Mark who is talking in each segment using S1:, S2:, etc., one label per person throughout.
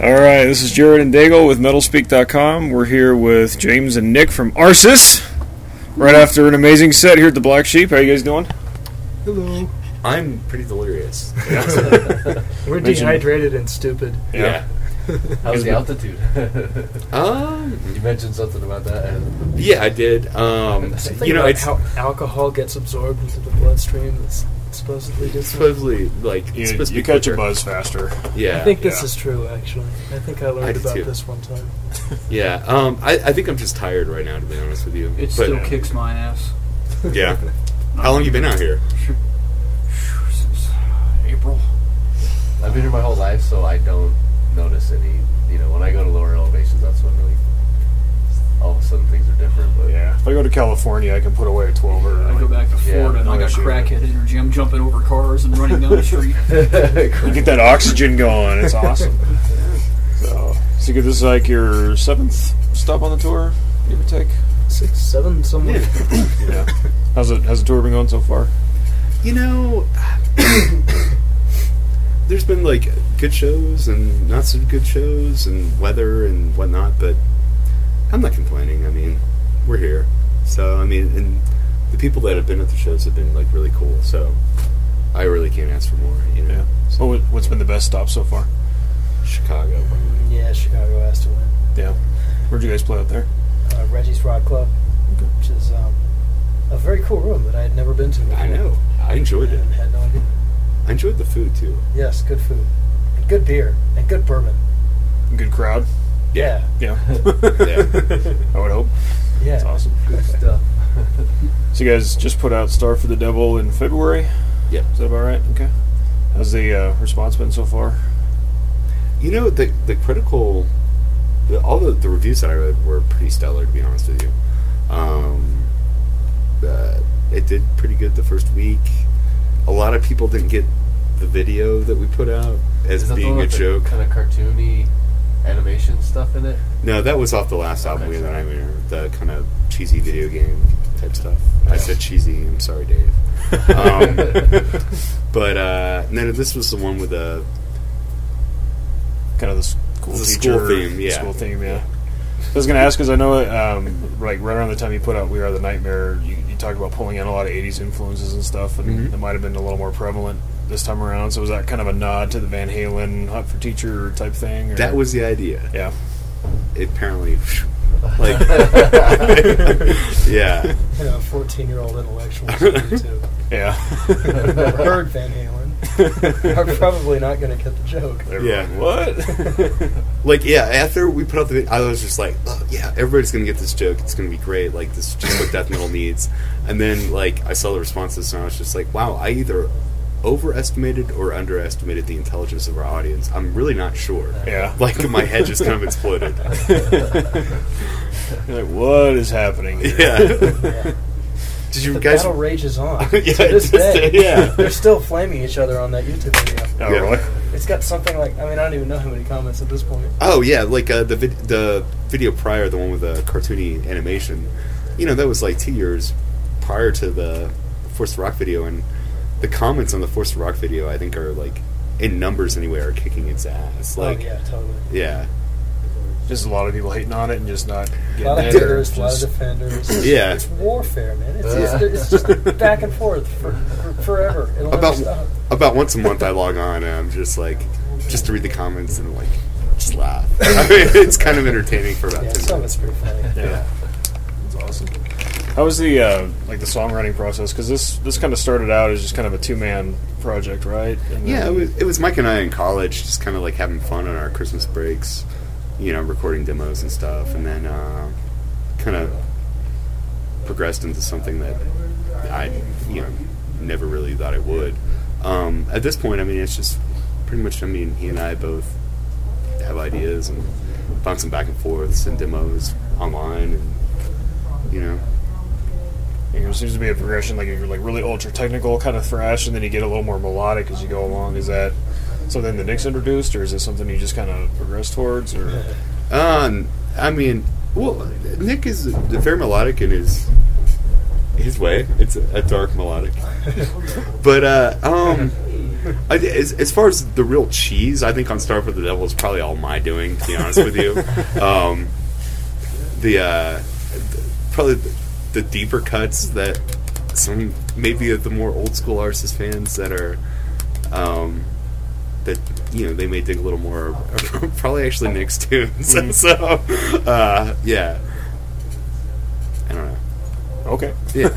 S1: All right, this is Jared and Daigle with MetalSpeak.com. We're here with James and Nick from Arsis. Right after an amazing set here at the Black Sheep. How you guys doing?
S2: Hello.
S3: I'm pretty delirious.
S2: We're
S1: Imagine-
S2: dehydrated and stupid.
S3: Yeah.
S4: How's the altitude?
S3: Um.
S4: you mentioned something about that.
S3: Yeah, I did. Um.
S2: Something
S3: You know,
S2: about
S3: it's
S2: how alcohol gets absorbed into the bloodstream is supposedly different.
S3: supposedly like it's supposed to be quicker.
S1: buzz faster.
S3: Yeah.
S2: I think this
S1: yeah.
S2: is true, actually. I think I learned
S3: I do
S2: about
S3: too.
S2: this one time.
S3: Yeah. Um. I, I think I'm just tired right now, to be honest with you.
S5: It
S3: But-
S5: still kicks my ass.
S3: Yeah. How long you been out here?
S5: Since April.
S4: I've been here my whole life, so I don't notice any. You know, when I go to lower elevations, that's when really all of a sudden things are different. But
S1: Yeah. If I go to California, I can put away a 12 or
S5: I go back to Florida and
S1: no
S5: I got
S1: issue.
S5: crackhead energy. I'm jumping over cars and running down the street.
S1: You get that oxygen going. It's awesome. so, so you get- this is like your seventh stop on the tour, give or take.
S2: Six, seven, somewhere.
S1: Yeah. How's it? How's the tour been going so far?
S3: You know, there's been like good shows and not so good shows and weather and whatnot, but I'm not complaining. I mean, we're here, so I mean, and the people that have been at the shows have been like really cool. So I really can't ask for more. You know,
S1: What, wa- what's been the best stop so far?
S3: Chicago.
S2: Yeah, Chicago has to win.
S1: Yeah. Where'd you guys play out there?
S2: Uh, Reggie's Rock Club,
S1: Okay.
S2: which is um, a very cool room that I had never been to before.
S3: I know. I enjoyed it.
S2: And had no idea.
S3: I enjoyed the food too.
S2: Yes, good food. And good beer. And good bourbon.
S1: Good crowd.
S2: Yeah.
S1: Yeah.
S3: Yeah.
S1: I would hope.
S2: Yeah.
S1: That's awesome.
S4: good stuff.
S1: So you guys just put out Star for the Devil in February.
S3: Yep.
S1: Is that about right? Okay. How's the uh, response been so far?
S3: You know the the critical, the, all the, the reviews that I read were pretty stellar. To be honest with you, um, uh, it did pretty good the first week. A lot of people didn't get the video that we put out as
S4: Is that the
S3: being
S4: one
S3: a
S4: with the
S3: joke.
S4: Kind of cartoony animation stuff in it.
S3: No, that was off the last album
S4: Okay.
S3: we had on Nightmare, the kind of cheesy video game type stuff. I
S4: Yeah.
S3: said cheesy. I'm sorry, Dave. Um, but uh, no, this was the one with the
S1: kind of the school
S3: The
S1: teacher,
S3: school theme, yeah.
S1: School theme, yeah. I was gonna ask because I know, um, like right around the time you put out "We Are the Nightmare," you, you talked about pulling in a lot of '80s influences and stuff, and
S3: Mhm.
S1: it might have been a little more prevalent this time around. So was that kind of a nod to the Van Halen "Hot for Teacher" type thing? Or?
S3: that was the idea.
S1: yeah.
S3: apparently like yeah
S2: You know, 14 year old intellectual too.
S1: Yeah.
S2: I've never heard Van Halen. I'm probably not going to get the joke.
S3: Yeah.
S1: What?
S3: like yeah after we put out the video i was just like oh yeah everybody's gonna get this joke it's gonna be great like this is just what death metal needs and then like i saw the responses and i was just like wow i either overestimated or underestimated the intelligence of our audience i'm really not sure
S1: yeah.
S3: like my head just kind of exploded
S1: You're like, what is happening? here?"
S3: yeah did you
S2: The
S3: guys
S2: battle rages on
S3: Yeah,
S2: to this
S3: just-
S2: day.
S3: yeah.
S2: They're still flaming each other on that YouTube video.
S1: Oh,
S3: Yeah.
S1: really?
S2: It's got something like I mean I don't even know how many comments at this point.
S3: Oh yeah, like uh, the vid- the video prior, the one with the cartoony animation. You know, that was like two years prior to the Force to Rock video, and the comments on the Force to Rock video, I think, are like in numbers anyway, are kicking its ass. Like,
S2: oh yeah, totally.
S3: yeah,
S1: Just a lot of people hating on it and just not
S2: A lot
S1: getting
S2: of
S1: it. or
S2: haters, a lot of
S1: just-
S2: defenders.
S3: Yeah.
S2: it's warfare, man. It's,
S4: Yeah.
S2: it's, it's just back and forth for, for forever. It'll never
S3: About-
S2: stop.
S3: about once a month I log on and I'm just like, just to read the comments and like just laugh. I mean, it's kind of entertaining for about
S2: Yeah,
S3: ten
S2: some of
S3: minutes.
S2: it's pretty funny.
S1: Yeah, it's awesome. How was the uh, like the songwriting process? Because this this kind of started out as just kind of a two man project, right? And uh,
S3: Yeah, it
S1: then-
S3: was, it was Mike and I in college, just kind of like having fun on our Christmas breaks, you know, recording demos and stuff, and then uh, kind of progressed into something that I, you know, never really thought I would. Um, at this point, I mean, it's just pretty much, I mean, he and I both have ideas and bouncing back and forths and demos online, and, you know,
S1: you know, it seems to be a progression. Like you're like really ultra technical kind of thrash, and then you get a little more melodic as you go along. Is that something that Nick's introduced, or is it something you just kind of progress towards? Or
S3: Um, I mean, well, Nick is very melodic in his his way. It's a, a dark melodic, but uh, um, I, as, as far as the real cheese, I think on Star for the Devil is probably all my doing. To be honest with you, um, the uh, th- probably the, the deeper cuts that some maybe of the more old school Arsis fans that are um, that you know they may dig a little more. are probably actually Nick's tunes. so uh, yeah, I don't know.
S1: Okay.
S3: Yeah.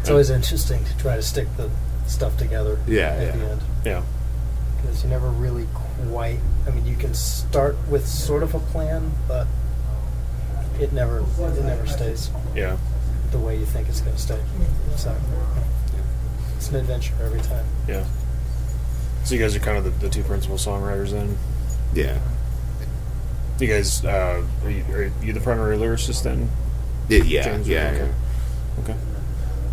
S2: It's always interesting to try to stick the stuff together
S3: Yeah,
S2: at
S3: yeah.
S2: the end.
S1: yeah.
S2: Because you never really quite. I mean, you can start with sort of a plan, but it never it never stays
S1: Yeah.
S2: the way you think it's going to stay. So it's an adventure every time.
S1: Yeah. So you guys are kind of the, the two principal songwriters then.
S3: yeah.
S1: You guys, uh, are, you, are you the primary lyricist then?
S3: Yeah, yeah,
S1: James,
S3: yeah,
S1: okay.
S3: yeah.
S1: Okay,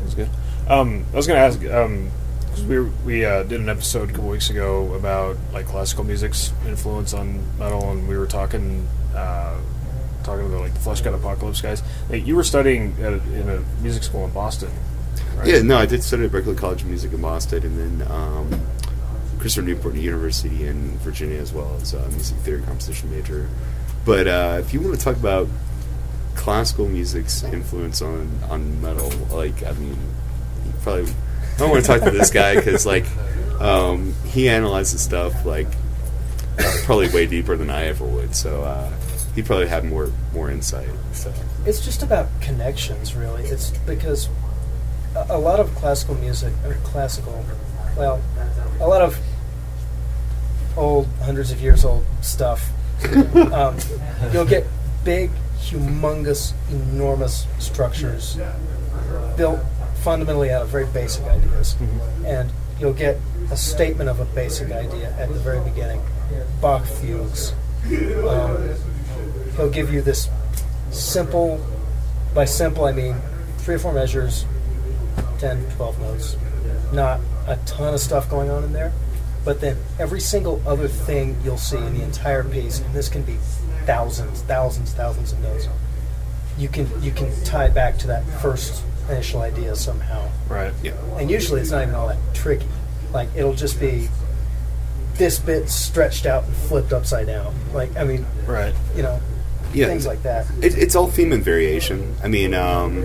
S1: that's good. Um, I was gonna ask um 'cause we were- we uh, did an episode a couple weeks ago about like classical music's influence on metal, and we were talking uh, talking about like the Flesh God Apocalypse guys. Hey, you were studying at a, in a music school in Boston, right?
S3: Yeah, no, I did study at Berklee College of Music in Boston, and then um, Christopher Newport University in Virginia as well as uh, a music theory composition major. But uh, if you want to talk about classical music's influence on on metal, like I mean, you probably I don't want to talk to this guy because like um, he analyzes stuff like uh, probably way deeper than I ever would. So uh, he probably had more more insight. So
S2: It's just about connections, really. It's because a, a lot of classical music, or classical, well, a lot of old, hundreds of years old stuff, um, you'll get big, humongous, enormous structures built fundamentally out of very basic ideas.
S1: Mm-hmm.
S2: And you'll get a statement of a basic idea at the very beginning. Bach fugues. Um, he'll give you this simple by simple i mean three or four measures 10 12 notes not a ton of stuff going on in there but then every single other thing you'll see in the entire piece and this can be thousands thousands thousands of notes you can you can tie it back to that first initial idea somehow
S1: Right.
S3: yeah.
S2: and usually it's not even all that tricky like it'll just be this bit stretched out and flipped upside down like i mean
S1: Right.
S2: you know
S3: Yeah.
S2: things like that
S3: It, it's all theme and variation. I mean, um,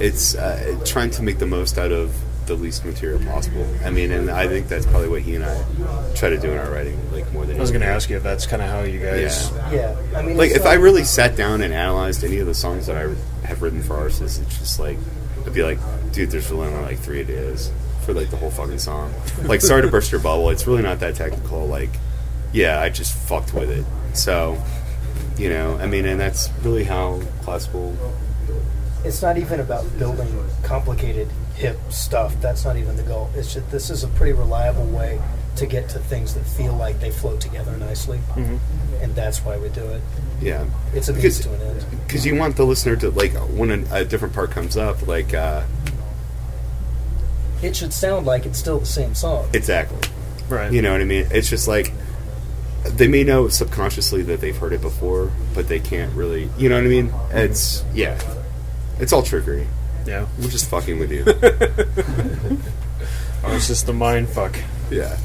S3: it's uh, trying to make the most out of the least material possible. I mean, and I think that's probably what he and I try to do in our writing, like more than
S1: I was gonna
S3: anything.
S1: ask you if that's kind of how you guys.
S3: Yeah.
S2: Yeah, I mean,
S3: Like,
S2: it's
S3: if I really sat down and analyzed any of the songs that I have written for artists, it's just like I'd be like, dude, there's really only like three ideas for like the whole fucking song. Like, sorry to burst your bubble, it's really not that technical. Like, yeah, I just fucked with it. So, you know, I mean, and that's really how classical
S2: it's not even about building complicated hip stuff. That's not even the goal. It's just this is a pretty reliable way to get to things that feel like they flow together nicely,
S1: Mhm.
S2: and that's why we do it.
S3: Yeah,
S2: It's a means
S3: Mm-hmm. Because-
S2: to an end.
S3: because you want the listener to like when a, a different part comes up, like uh,
S2: It should sound like it's still the same song.
S3: exactly.
S1: Right.
S3: You know what I mean? It's just like they may know subconsciously that they've heard it before, but they can't really. You know what I mean? It's yeah, it's all trickery.
S1: Yeah.
S3: We're just fucking with you.
S1: Or Oh, it's just the mind fuck.
S3: yeah,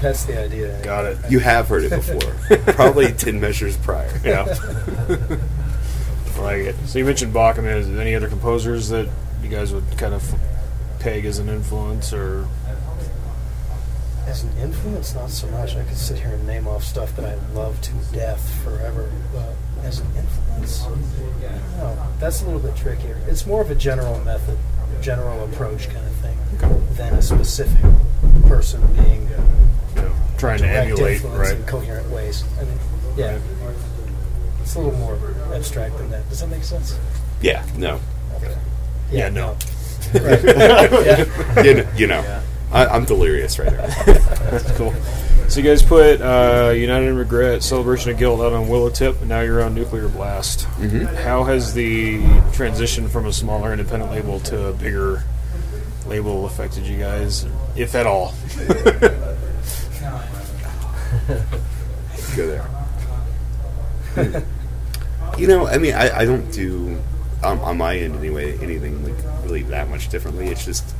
S2: that's the idea.
S1: Got it.
S3: you have heard it before, probably ten measures prior.
S1: Yeah. I like it. So you mentioned Bach. I mean, is there any other composers that you guys would kind of peg as an influence or?
S2: As an influence, not so much. I could sit here and name off stuff that I love to death forever, but as an influence, no, that's a little bit trickier. It's more of a general method, general approach kind of thing, than a specific person being
S1: you know, trying to
S2: direct
S1: emulate,
S2: influence
S1: right?
S2: in coherent ways. I mean, yeah, it's a little more abstract than that. Does that make sense?
S3: Yeah, no.
S1: Yeah, no.
S2: no. Right. Yeah.
S3: You know, you know. I, I'm delirious right now.
S1: That's cool. So you guys put uh, United in Regret, Celebration of Guilt out on Willow Tip, and now you're on Nuclear Blast.
S2: Mm-hmm.
S1: How has the transition from a smaller independent label to a bigger label affected you guys, if at all?
S2: Um,
S3: go there. you know, I mean, I, I don't do um, on my end anyway anything like really that much differently. It's just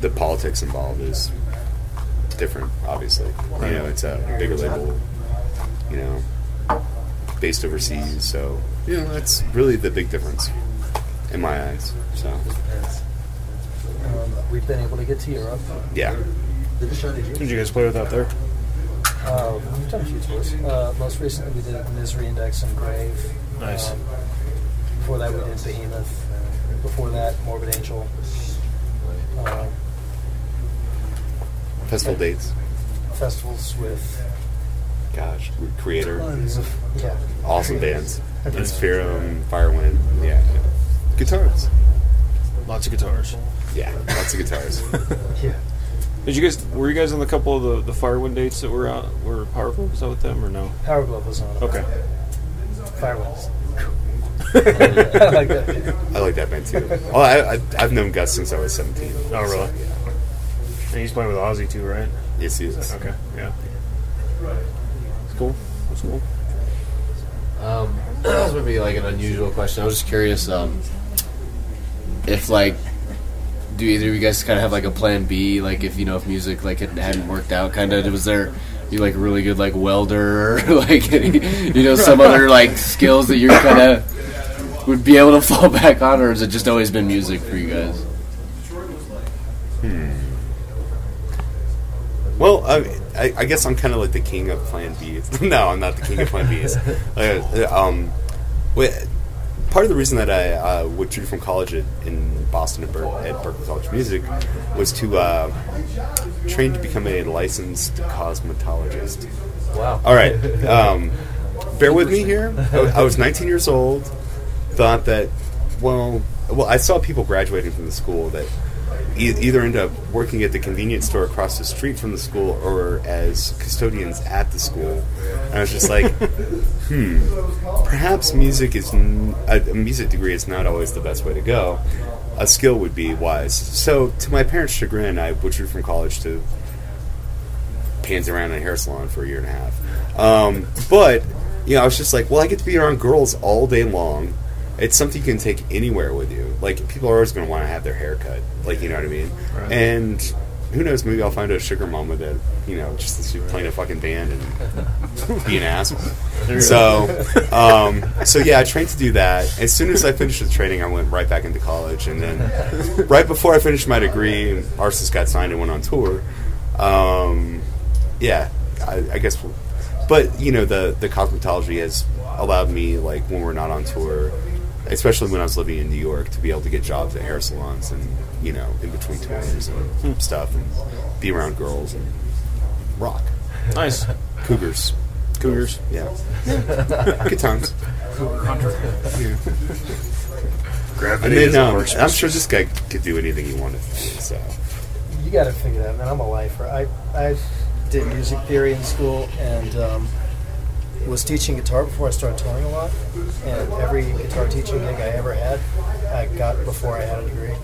S3: the politics involved is different, obviously. You know, it's a bigger label. You know, based overseas, so you know that's really the big difference in my eyes. So
S2: Um, we've been able to get to Europe.
S3: yeah,
S1: What did you guys play with out there?
S2: Uh, we've done a few tours. Uh, most recently, we did Misery Index and Grave.
S1: Nice.
S2: Um, before that, we did Behemoth. Before that, Morbid Angel. Uh,
S3: festival dates.
S2: festivals with
S3: Gosh, creator,
S2: tons of yeah.
S3: awesome bands. Inspirum, Firewind, yeah, guitars.
S1: Lots of guitars.
S3: Yeah, lots of guitars.
S2: Yeah.
S1: Did you guys were you guys on the couple of the, the Firewind dates that were out were Power Glove was out with them or no?
S2: Power Glove was on.
S1: Okay.
S2: Firewalls. I like that.
S3: I like that band too. Oh, I, I, I've known Gus since I was seventeen.
S1: Oh really? And he's playing with Ozzy too, right?
S3: Yes, he is.
S1: Okay. Yeah. It's cool. That's cool.
S4: Um, this would be like an unusual question. I was just curious um, if, like, do either of you guys kind of have like a plan B? Like, if you know, if music like it hadn't worked out, kind of was there you like a really good like welder, or, like you know, some other like skills that you're kind of would be able to fall back on, or has it just always been music for you guys?
S3: Well, I, I, I guess I'm kind of like the king of Plan Bs. no, I'm not the king of Plan Bs. Like, uh, um, wait, part of the reason that I uh, withdrew from college at, in Boston at, Ber- at Berkeley College of Music was to uh, train to become a licensed cosmetologist.
S4: Wow.
S3: All right. Um, bear with me here. I I was 19 years old. Thought that, well, well, I saw people graduating from the school that e- either end up working at the convenience store across the street from the school or as custodians at the school. And I was just like, hmm, perhaps music is n- a, a music degree is not always the best way to go. A skill would be wise. So, to my parents' chagrin, I withdrew from college to pans around in a hair salon for a year and a half. Um, but you know, I was just like, well, I get to be around girls all day long. It's something you can take anywhere with you. Like people are always going to want to have their hair cut. Like you know what I mean.
S1: Right.
S3: And who knows? Maybe I'll find a sugar mama that you know just playing a fucking band and be an asshole. So, um, so yeah, I trained to do that. As soon as I finished the training, I went right back into college, and then right before I finished my degree, Arsis got signed and went on tour. Um, yeah, I, I guess. We'll, but you know, the the cosmetology has allowed me, like when we're not on tour, especially when I was living in New York, to be able to get jobs at hair salons and you know, in between tours and stuff, and be around girls and rock
S1: Nice.
S3: cougars.
S1: Cougars.
S3: Yeah. Good times. And
S4: Gravity
S3: then, um, I'm sure this guy could do anything he wanted to do, so.
S2: You got to figure that, man. I'm a lifer. I, I did music theory in school and um, was teaching guitar before I started touring a lot. And every guitar teaching gig I ever had, I got before I had a degree,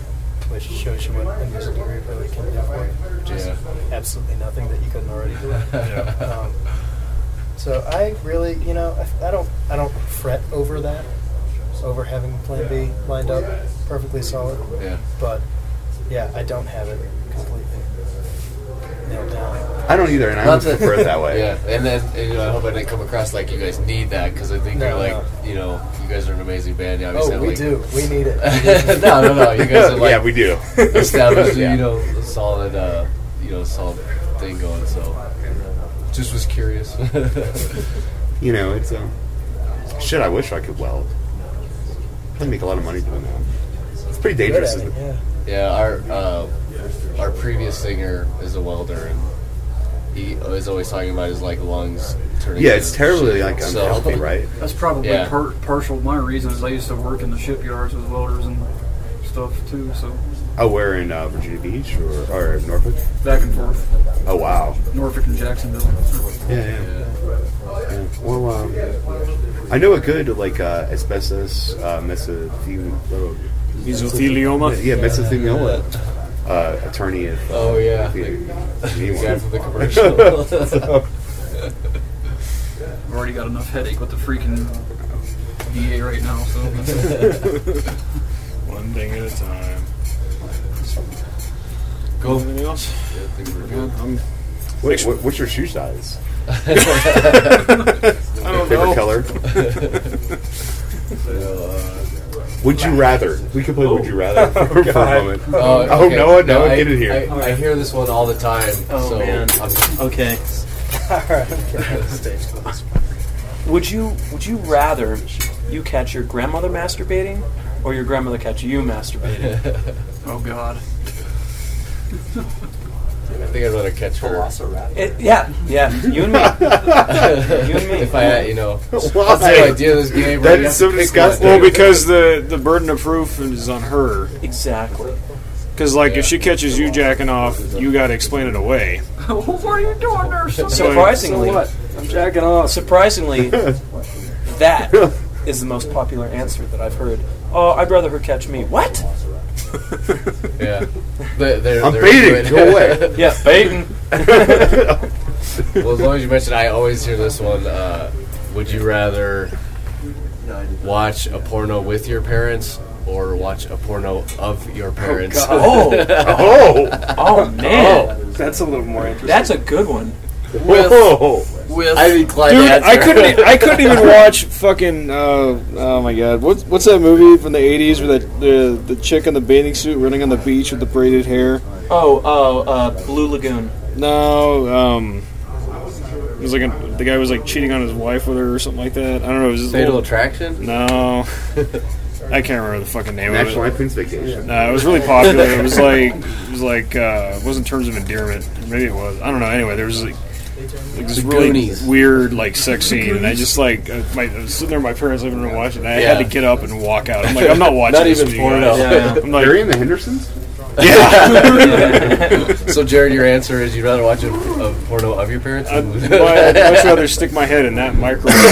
S2: which shows you what a music degree really can do for you. Just
S4: Yeah.
S2: absolutely nothing that you couldn't already do. um, so I really, you know, I, I don't, I don't fret over that, over having Plan B lined up perfectly solid.
S4: Yeah.
S2: But yeah, I don't have it completely nailed down.
S3: I don't either, and I
S4: Not
S3: don't
S4: to-
S3: prefer it that way.
S4: Yeah, and then and, you know, I hope I didn't come across like you guys need that because I think
S2: No,
S4: you're like
S2: no.
S4: you know you guys are an amazing band. You obviously
S2: Oh,
S4: have,
S2: we
S4: like-
S2: do. We need it.
S4: no, no, no. You guys are like
S3: yeah, we do.
S4: established
S3: Yeah.
S4: you know a solid uh, you know solid thing going. So just was curious.
S3: You know, it's um, shit. I wish I could weld. I'd make a lot of money doing that. It's pretty
S2: Good
S3: dangerous,
S2: at
S3: isn't
S2: it,
S3: it?
S2: yeah.
S4: yeah, our uh, our previous singer is a welder and. He is always talking about his like lungs turning.
S3: Yeah, it's
S4: to
S3: terribly
S4: shit.
S3: like
S4: So-
S3: unhealthy, right?
S5: That's probably
S4: Yeah.
S5: par- partial. My reason is I used to work in the shipyards with welders and stuff too, so
S3: Oh, we're in uh, Virginia Beach or, or Norfolk.
S5: back and forth,
S3: Oh, wow.
S5: Norfolk and Jacksonville.
S3: Yeah, yeah. yeah. Well, um, I know a good like uh, asbestos uh, mesothelioma.
S1: Mesothelioma.
S3: Yeah, mesothelioma uh, attorney. At,
S4: Oh yeah,
S3: if you- if you
S4: the guy
S3: want.
S4: from the commercial.
S5: I've already got enough headache with the freaking VA right now, so
S1: One thing at a time.
S4: Cool.
S1: Anything else?
S4: Yeah, I think we're
S1: Yeah,
S4: good.
S1: I'm
S3: What, what, what's your shoe size?
S1: I don't
S3: Favorite
S1: know.
S3: color? would you rather? We could play Would You Rather for a moment.
S4: Oh,
S3: Oh,
S4: okay.
S3: no one- no one
S4: I,
S3: get in here.
S4: I, I hear this one all the time.
S6: Oh,
S4: so
S6: man.
S4: I'm-
S6: Okay.
S2: Okay.
S6: Would you Would you rather you catch your grandmother masturbating, or your grandmother catch you masturbating?
S5: Oh God.
S4: I think I'd rather catch her.
S6: It, yeah, yeah. You and me. You and me.
S4: if I, had, you know,
S3: Why?
S4: that's the idea of this game.
S3: That
S4: right? You
S3: is so
S4: have to pick one.
S3: disgusting.
S1: Well, because the the burden of proof is on her.
S6: Exactly.
S1: Because like if she catches you jacking off, you got to explain it away.
S5: what are you doing there, son?
S1: So-
S6: Surprisingly,
S2: I'm jacking off.
S6: surprisingly, that is the most popular answer that I've heard. Oh, I'd rather her catch me. What?
S4: Yeah. They- they're-
S3: I'm
S4: they're
S3: baiting.
S4: good.
S3: Go away.
S6: Yeah, baiting.
S4: well, as long as you mentioned, I always hear this one. Uh, would you rather watch a porno with your parents or watch a porno of your parents?
S6: Oh,
S3: Oh,
S6: oh man,
S2: That's a little more interesting.
S6: that's a good one.
S3: whoa!
S4: with I inclined
S1: Dude,
S4: to answer.
S1: I couldn't. e- I couldn't even watch fucking. Uh, oh my god, what's what's that movie from the '80s with that the the chick in the bathing suit running on the beach with the braided hair?
S6: Oh, oh, uh, Blue Lagoon.
S1: No, um, it was like a, the guy was like cheating on his wife with her or something like that. I don't know. It was this
S4: Fatal
S1: old-
S4: Attraction.
S1: No, I can't remember the fucking name
S3: National
S1: of it.
S3: Lampoon's Vacation.
S1: No, it was really popular. It was like it was like uh, it wasn't terms of endearment. Maybe it was. I don't know. Anyway, there was like. Like this
S4: The
S1: really
S4: Goonies.
S1: weird, like sex scene, and I just like uh, my, I was sitting there, in my parents' living room watching. And I
S4: Yeah.
S1: had to get up and walk out. I'm like, I'm not watching.
S4: Not
S1: this
S4: even
S1: with you
S4: porno.
S1: guys.
S6: Yeah.
S1: I'm like,
S3: Barry and the Hendersons?
S4: So, Jared, your answer is you'd rather watch a, a porno of your parents?
S1: I'd I'd much rather stick my head in that microwave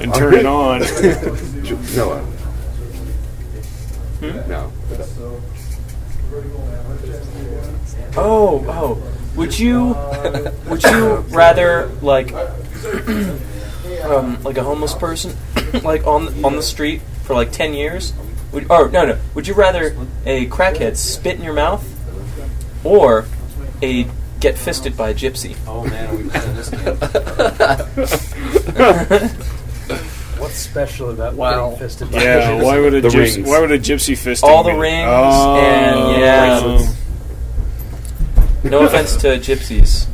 S1: and turn it on.
S3: Ju- Noah. No.
S6: Oh, oh. Would you would you rather like um, like a homeless person like on on the street for like 10 years? Would, or no, no. Would you rather a crackhead spit in your mouth or a get fisted by a gypsy?
S5: Oh man, are we playing this game?
S2: What's special about
S5: Wow.
S2: getting fisted? by
S1: Yeah,
S2: fishes?
S1: why would a
S3: The
S1: gypsy,
S3: rings.
S1: why would a gypsy fist
S6: All
S1: me? Oh,
S6: the rings and- yeah. Bracelets. No offense to gypsies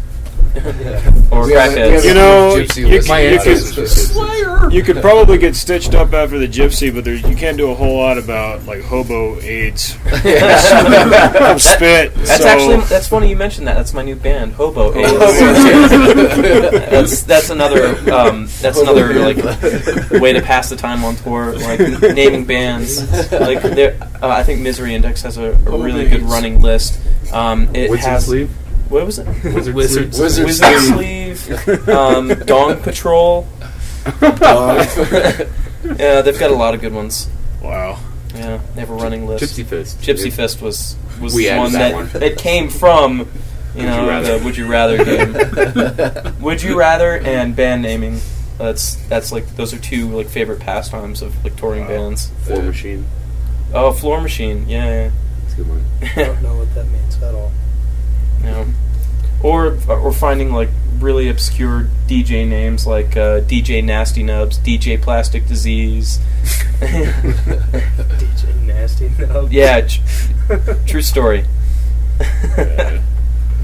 S6: or
S4: We have a- we have
S6: crackheads.
S4: a
S1: You know,
S4: gypsy
S1: you
S4: list.
S1: can- you
S4: Yeah,
S1: can-
S4: this is-
S1: You could probably get stitched up after the gypsy, but there, you can't do a whole lot about like hobo AIDS from spit.
S6: That's
S1: so-
S6: actually that's funny you mentioned that. That's my new band, Hobo. Aids. that's that's another um, that's another like way to pass the time on tour, like n- naming bands. Like there, uh, I think Misery Index has a, a really good running list. Um, it
S3: Wizard
S6: has
S3: sleeve?
S6: what was it?
S3: Wizard,
S4: Wizard
S3: sleeve?
S4: Wizard
S6: Wizard Sleeve, um, Dong Patrol. Yeah, they've got a lot of good ones.
S1: wow.
S6: Yeah, they have a running list.
S3: Gypsy Fist.
S6: Gypsy Fist was was
S3: We
S6: the
S3: added
S6: one
S3: that
S6: that
S3: one.
S6: that came from you
S3: Would
S6: know
S3: you rather.
S6: the Would You Rather game. would you rather and band naming. That's that's like those are two like favorite pastimes of like touring bands.
S3: War Machine.
S6: Oh, Floor Machine, yeah,
S3: That's a good one.
S2: I
S6: yeah.
S2: don't know what that means at all.
S6: yeah. Or or finding like really obscure DJ names like uh, DJ Nasty Nubs, DJ Plastic Disease.
S2: DJ Nasty Nubs.
S6: yeah, tr- true story.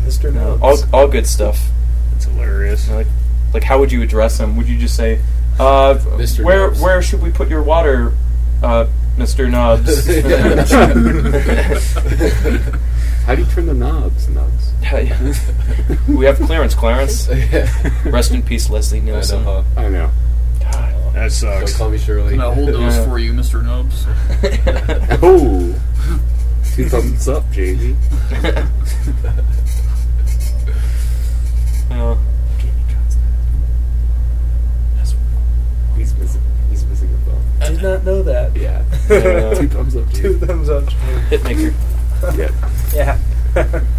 S2: Mr.
S6: No,
S2: Nubs.
S6: all all good stuff.
S1: That's hilarious.
S6: Like, like how would you address him? Would you just say, uh,
S4: Mr.
S6: "Where,
S4: Nubs.
S6: where should we put your water, uh, Mister Nubs?"
S3: How do you turn the knobs? Knobs.
S6: we have clearance, Clarence. Rest in peace, Leslie Nielsen.
S4: Idaho.
S3: I know.
S1: That
S4: Don't
S1: sucks.
S4: call me Shirley.
S5: And I'll hold those for you, Mr. Nubs.
S3: Oh. Two thumbs up, Jamie.
S6: Yeah.
S3: He's missing. He's missing a thumb.
S2: Did not know that.
S3: Yeah.
S6: Yeah.
S3: Two thumbs up,
S2: Two
S3: Jamie.
S2: thumbs up.
S6: Hitmaker.
S3: Yeah.
S2: Yeah.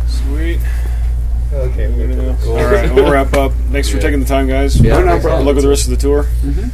S1: Sweet.
S2: Okay.
S1: All right, we'll wrap up. Thanks for
S4: Yeah.
S1: taking the time, guys.
S4: Yeah,
S3: No, no
S4: thanks a lot.
S3: problem. Mm-hmm.
S1: Good luck with the rest of the tour.